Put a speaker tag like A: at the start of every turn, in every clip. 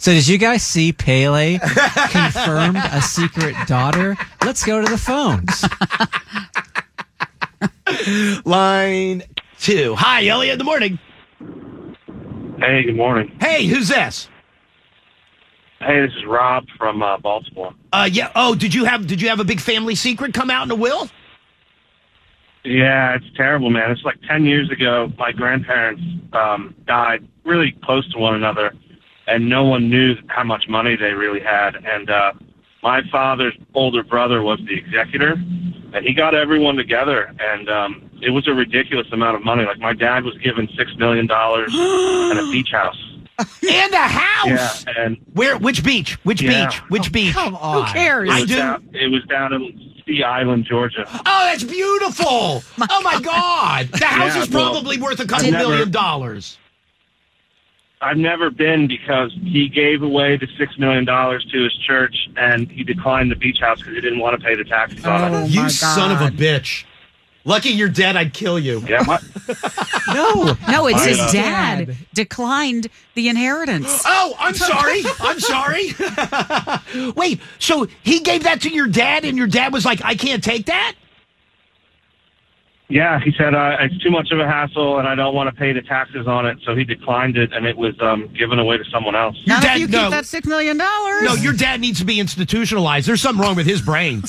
A: So did you guys see Pele confirmed a secret daughter? Let's go to the phones.
B: Line two. Hi, Elliot. Good morning.
C: Hey, good morning.
B: Hey, who's this?
C: Hey, this is Rob from uh, Baltimore.
B: Uh, yeah. Oh, did you have did you have a big family secret come out in a will?
C: Yeah, it's terrible, man. It's like 10 years ago, my grandparents um, died really close to one another, and no one knew how much money they really had. And uh, my father's older brother was the executor, and he got everyone together, and um, it was a ridiculous amount of money. Like, my dad was given $6 million and a beach house.
B: And a
C: Oh,
B: house.
C: Yeah, and
B: Where? Which beach? Which
C: Yeah.
B: beach? Which beach?
A: Come on.
D: Oh, Who cares?
B: I
C: it was,
B: do.
C: down, it was down in Sea Island, Georgia.
B: Oh, that's beautiful. oh my god, the house
C: Yeah,
B: is
C: well,
B: probably worth a couple
C: never-
B: million dollars.
C: I've never been because he gave away the six million dollars to his church, and he declined the beach house because he didn't want to pay the taxes on
D: Oh.
C: it.
B: you
D: my
B: son of a
D: God.
B: bitch. Lucky you're dead. I'd kill you.
C: Yeah, my,
A: No.
D: No, it's his
C: Fine.
D: dad declined the inheritance.
B: Oh, I'm sorry. I'm sorry. Wait, so he gave that to your dad, and your dad was like, I can't take that?
C: yeah. He said uh, it's too much of a hassle, and I don't want to pay the taxes on it, so he declined it, and it was um, given away to someone else.
B: Your
D: Not
B: dad,
D: if you
B: no.
D: keep that six million dollars.
B: No, your dad needs to be institutionalized. There's something wrong with his brain.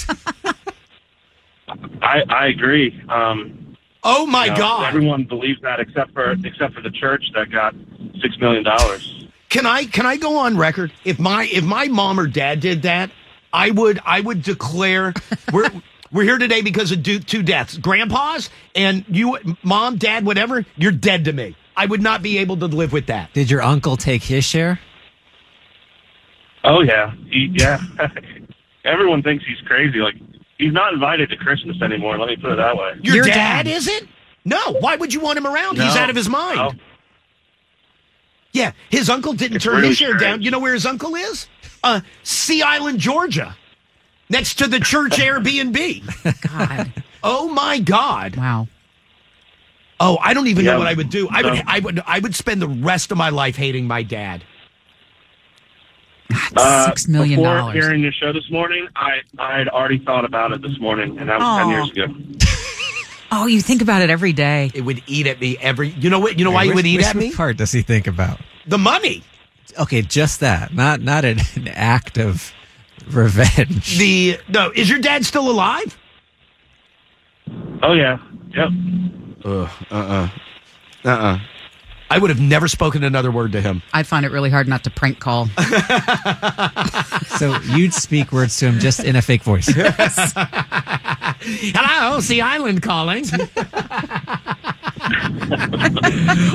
C: I, I agree. Um,
B: Oh, my
C: you know,
B: God.
C: everyone believes that except for except for the church that got six million dollars.
B: Can I can I go on record? If my if my mom or dad did that, I would I would declare we're we're here today because of do, two deaths, grandpa's and you, mom, dad, whatever. You're dead to me. I would not be able to live with that.
A: Did your uncle take his share?
C: Oh yeah, he, yeah. everyone thinks he's crazy. Like he's not invited to Christmas anymore. Let me put it that way.
B: Your,
D: Your
B: dad,
D: dad.
B: is it? No. Why would you want him around? He's
C: No.
B: out of his mind.
C: No.
B: Yeah, his uncle didn't
C: It's
B: turn
C: really
B: his share
C: strange.
B: down. You know where his uncle is? Uh, sea Island, Georgia, next to the church Airbnb.
D: God.
B: Oh my God!
D: Wow.
B: Oh, I don't even
C: Yeah,
B: know what I would do. I would,
C: no.
B: I would, I would spend the rest of my life hating my dad.
D: God,
C: Uh,
D: six million
C: before
D: dollars.
C: hearing your show this morning, I I had already thought about it this morning, and that was ten
D: Aw.
C: years ago.
D: Oh, you think about it every day.
B: It would eat at me every. You know what? You know why it
A: Which-
B: would eat
A: which
B: at me?
A: part does he think about?
B: The money.
A: Okay, just that. Not not an, an act of revenge.
B: The no. Is your dad still alive?
C: Oh yeah, yep.
B: I would have never spoken another word to him.
D: I'd find it really hard not to prank call.
A: So you'd speak words to him just in a fake voice.
B: Hello, Sea Island calling. All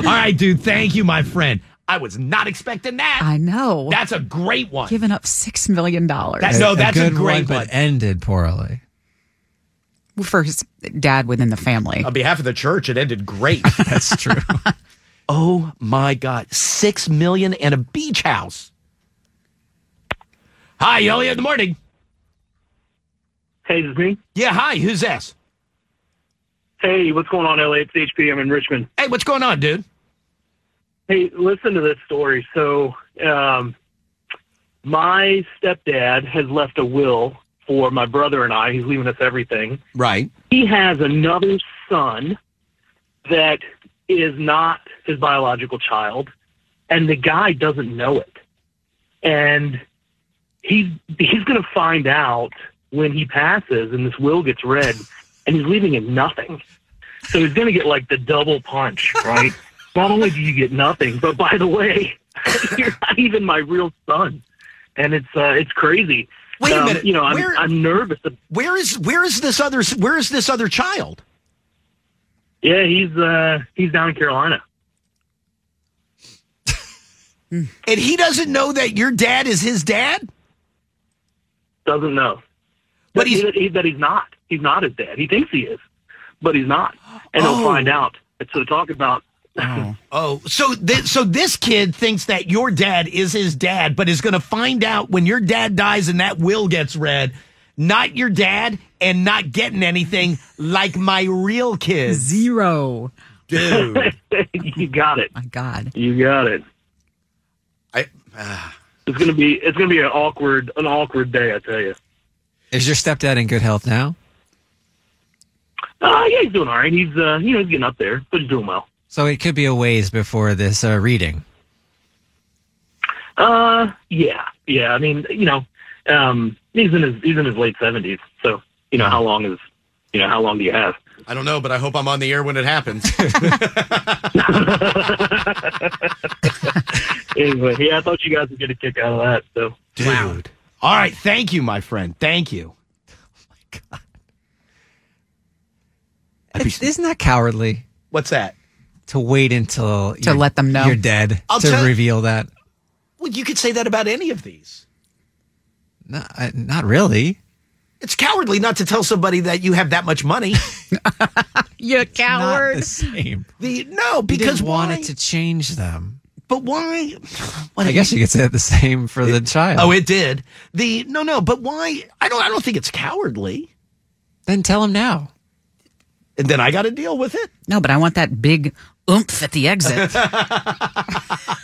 B: right, dude. Thank you, my friend. I was not expecting that.
D: I know.
B: That's a great one.
D: Giving up six million dollars
B: That- No, that's a
A: good
B: great one.
A: but ended poorly.
D: for his dad within the family.
B: On behalf of the church, it ended great.
A: That's true.
B: oh my God. Six million and a beach house. Hi, Elliot. Good morning.
E: Hey, this is me.
B: Yeah, hi. Who's this?
E: Hey, what's going on, LA? It's HP. I'm in Richmond.
B: Hey, what's going on, dude?
E: Hey, listen to this story. So, um, my stepdad has left a will for my brother and I. He's leaving us everything.
B: Right.
E: He has another son that is not his biological child, and the guy doesn't know it. And he's he's going to find out when he passes and this will gets read, and he's leaving him nothing. So he's going to get like the double punch, right? not only do you get nothing, but by the way, you're not even my real son, and it's uh, it's crazy.
B: Wait a
E: Um,
B: minute.
E: You know, I'm,
B: Where-
E: I'm nervous.
B: Where is where is this other where is this other child?
E: Yeah, he's uh, he's down in Carolina.
B: and he doesn't know that your dad is his dad.
E: Doesn't know.
B: But he's-
E: that, he, that he's not. He's not his dad. He thinks he is, but he's not. And
B: Oh.
E: he'll find out. And so to talk about
B: Oh, so th- so this kid thinks that your dad is his dad, but is going to find out when your dad dies and that will gets read, not your dad and not getting anything like my real kids.
D: Zero.
B: Dude,
E: you got it.
D: My God.
E: You got it.
B: I,
E: It's gonna be it's gonna be an awkward an awkward day, I tell you.
A: Is your stepdad in good health now?
E: Uh, yeah, he's doing all right. He's uh, you know he's getting up there, but he's doing well.
A: So it could be a ways before this uh, reading.
E: Uh, yeah, yeah. I mean, you know, um, he's in his he's in his late seventies, so you know how
B: Hmm.
E: long is you know how long do you have?
B: I don't know, but I hope I'm on the air when it happens.
E: Anyway, yeah, I thought you guys would get a kick out of that. So
B: Dude. All right, thank you, my friend. Thank you.
A: It's, isn't that cowardly
B: What's that?
A: to wait until to
D: let them know.
A: you're dead
B: I'll
A: to
B: tell-
A: reveal that?
B: Well, you could say that about any of these.
A: No, I, not really.
B: It's cowardly not to tell somebody that you have that much money.
D: You
A: Not the same.
B: The no,
A: You
B: because
A: didn't want
B: why?
A: it to change them.
B: but why? What
A: I guess you could say the same for the child.
B: Oh, it did. The no, no, but why? I don't. I don't think it's cowardly.
A: then tell him now.
B: And then I got to deal with it.
D: No, but I want that big oomph at the exit.
B: I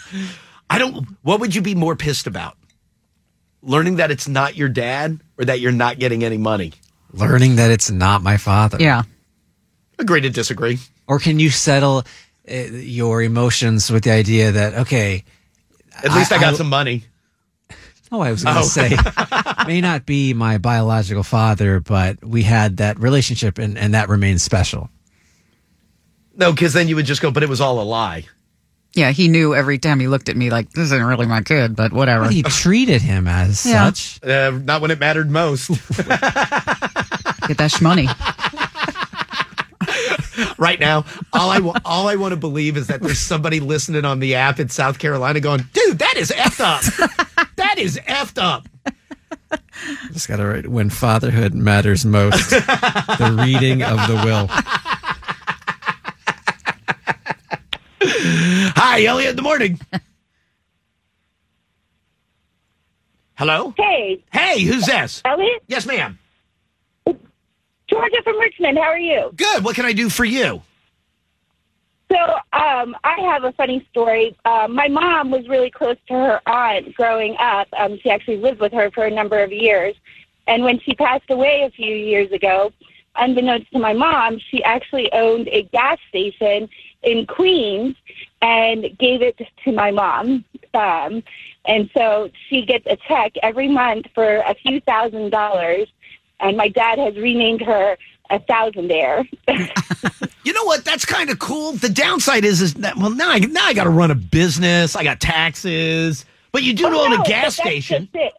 B: don't. What would you be more pissed about? Learning that it's not your dad, or that you're not getting any money.
A: Learning that it's not my father.
D: yeah.
B: Agree to disagree.
A: Or can you settle uh, your emotions with the idea that okay,
B: At least I,
A: I
B: got
A: will-
B: some money.
A: Oh, I was going to
B: Oh.
A: say, may not be my biological father, but we had that relationship and, and that remains special.
B: No, because then you would just go. But it was all a lie.
D: Yeah, he knew every time he looked at me like, this isn't really my kid, but whatever.
A: But he treated him as
D: Yeah.
A: such.
B: Uh, not when it mattered most.
D: Get that shmoney.
B: right now, all I wa- all I want to believe is that there's somebody listening on the app in South Carolina going, "Dude, that is effed up. that is effed up."
A: Just got to write when fatherhood matters most. the reading of the will.
B: Hi, Elliot. in the morning. Hello.
F: Hey,
B: Hey, who's this?
F: Elliot,
B: Yes, ma'am.
F: Georgia from Richmond. How are you?
B: Good. What can I do for you?
F: So, um, I have a funny story. Uh, my mom was really close to her aunt growing up. Um, she actually lived with her for a number of years. And when she passed away a few years ago, unbeknownst to my mom, she actually owned a gas station in Queens and gave it to my mom. Um, and so she gets a check every month for a few thousand dollars. And my dad has renamed her a thousandaire.
B: You know what? That's kind of cool. The downside is, is that well now I now I got to run a business. I got taxes, but you do
F: Oh,
B: own
F: no,
B: a gas
F: but that's
B: station.
F: just it.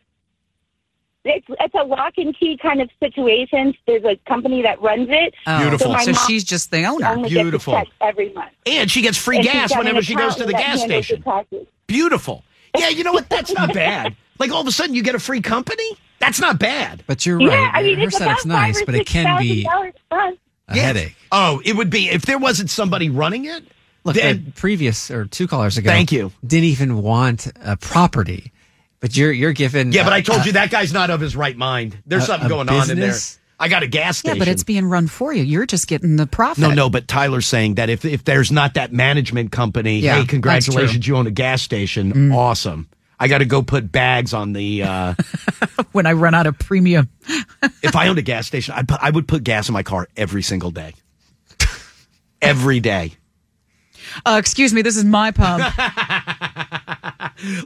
F: It's it's a lock and key kind of situation. There's a company that runs it.
B: Beautiful.
D: Oh, So
F: So my mom-
D: she's just the
F: She
D: owner.
F: only gets a
B: Beautiful.
F: check every month.
B: And she gets free
F: And she's
B: gas
F: got an
B: whenever she goes to the
F: accountant that
B: gas
F: handles the
B: station.
F: taxes.
B: Beautiful. Yeah, you know what? That's not bad. Like all of a sudden you get a free company? That's not bad.
A: But you're
F: Yeah,
A: right.
F: I mean,
A: Her
F: it's
A: setup's
F: about
A: nice,
F: five or
A: but it
F: six
A: can be
F: thousand dollars
A: a
B: Yeah.
A: headache.
B: Oh, it would be if there wasn't somebody running it.
A: Look,
B: then-
A: the uh, previous or two callers ago,
B: Thank you.
A: Didn't even want a property, but you're you're given.
B: yeah, but
A: uh,
B: I told
A: uh,
B: you that guy's not of his right mind. There's
A: a-
B: something
A: a
B: going on in there.
A: business?
B: I got a gas
D: Yeah,
B: station.
D: but it's being run for you. You're just getting the profit.
B: no, no. But Tyler's saying that if if there's not that management company,
D: Yeah,
B: hey,
D: that's
B: congratulations, you own a gas station.
A: Mm.
B: Awesome. I got to go put bags on the. Uh,
D: When I run out of premium.
B: if I owned a gas station, I'd put, I would put gas in my car every single day. every day.
D: Uh, excuse me, this is my pump.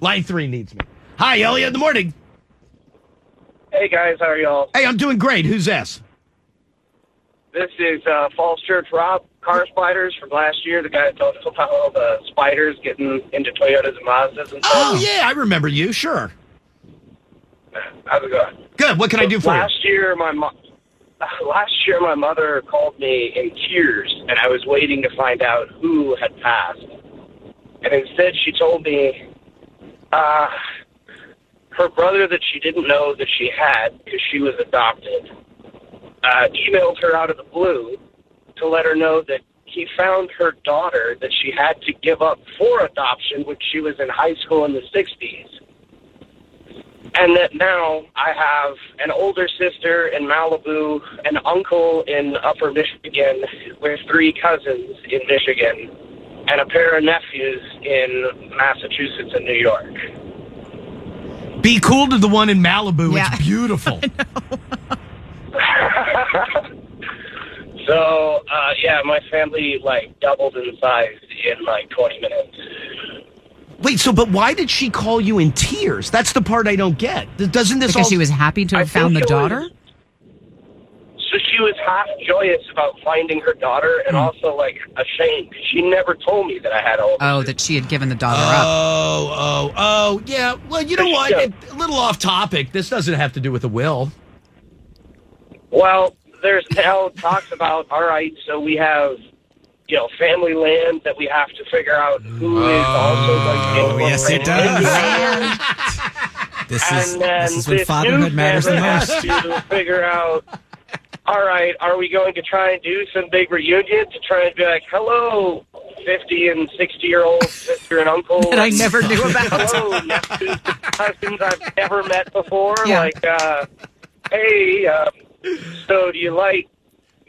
B: Line three needs me. Hi, Elliot. in the morning.
G: Hey guys, how are y'all?
B: Hey, I'm doing great. Who's this?
G: This is uh, Falls Church Rob, car spiders from last year. The guy that told us about all the spiders getting into Toyotas and Mazdas and stuff.
B: Oh yeah, I remember you. Sure.
G: How's it going?
B: Good. What can I do for you?
G: last year, my mo- last year my mother called me in tears, and I was waiting to find out who had passed. And instead, she told me uh, her brother that she didn't know that she had because she was adopted uh, emailed her out of the blue to let her know that he found her daughter that she had to give up for adoption when she was in high school in the 60s. And that now I have an older sister in Malibu, an uncle in upper Michigan, with three cousins in Michigan, and a pair of nephews in Massachusetts and New York.
B: Be cool to the one in Malibu.
D: Yeah.
B: It's beautiful.
G: So, uh, yeah, my family like doubled in size in like 20 minutes.
B: Wait, so but why did she call you in tears? That's the part I don't get. Th- Doesn't this
D: Because
B: all
D: she was happy to
G: I
D: have found the
G: think it
D: daughter?
G: was- So she was half joyous about finding her daughter
D: Hmm.
G: and also like ashamed. She never told me that I had all.
D: Oh, that she had given the daughter up.
B: Oh, oh, oh, yeah. Well, you know what?
G: Yeah.
B: It, a little off topic. This doesn't have to do with a will.
G: Well, there's now talks about all right. So we have you know family land that we have to figure out who is also like.
A: Oh, yes, it
G: incorporated
A: does.
G: into that.
A: This
G: And
A: is
G: then
A: this is when
G: this
A: fatherhood
G: new
A: matters the
G: family
A: most.
G: has to figure out. All right, are we going to try and do some big reunion to try and be like, hello, fifty and sixty year old sister and uncle
D: That I never knew about.
G: Hello, nephews and cousins I've never met before.
D: Yeah.
G: Like, uh, hey, um, so do you like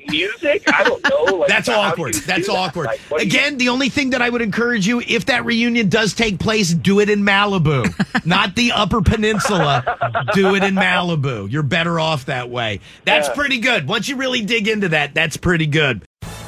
G: music? I don't know. Like,
B: That's
G: how do
B: awkward.
G: you do
B: That's
G: that?
B: awkward.
G: Like, what do you-
B: Again, the only thing that I would encourage you, if that reunion does take place, do it in Malibu, not the Upper Peninsula. do it in Malibu. You're better off that way. That's pretty good. Once you really dig into that, that's pretty good.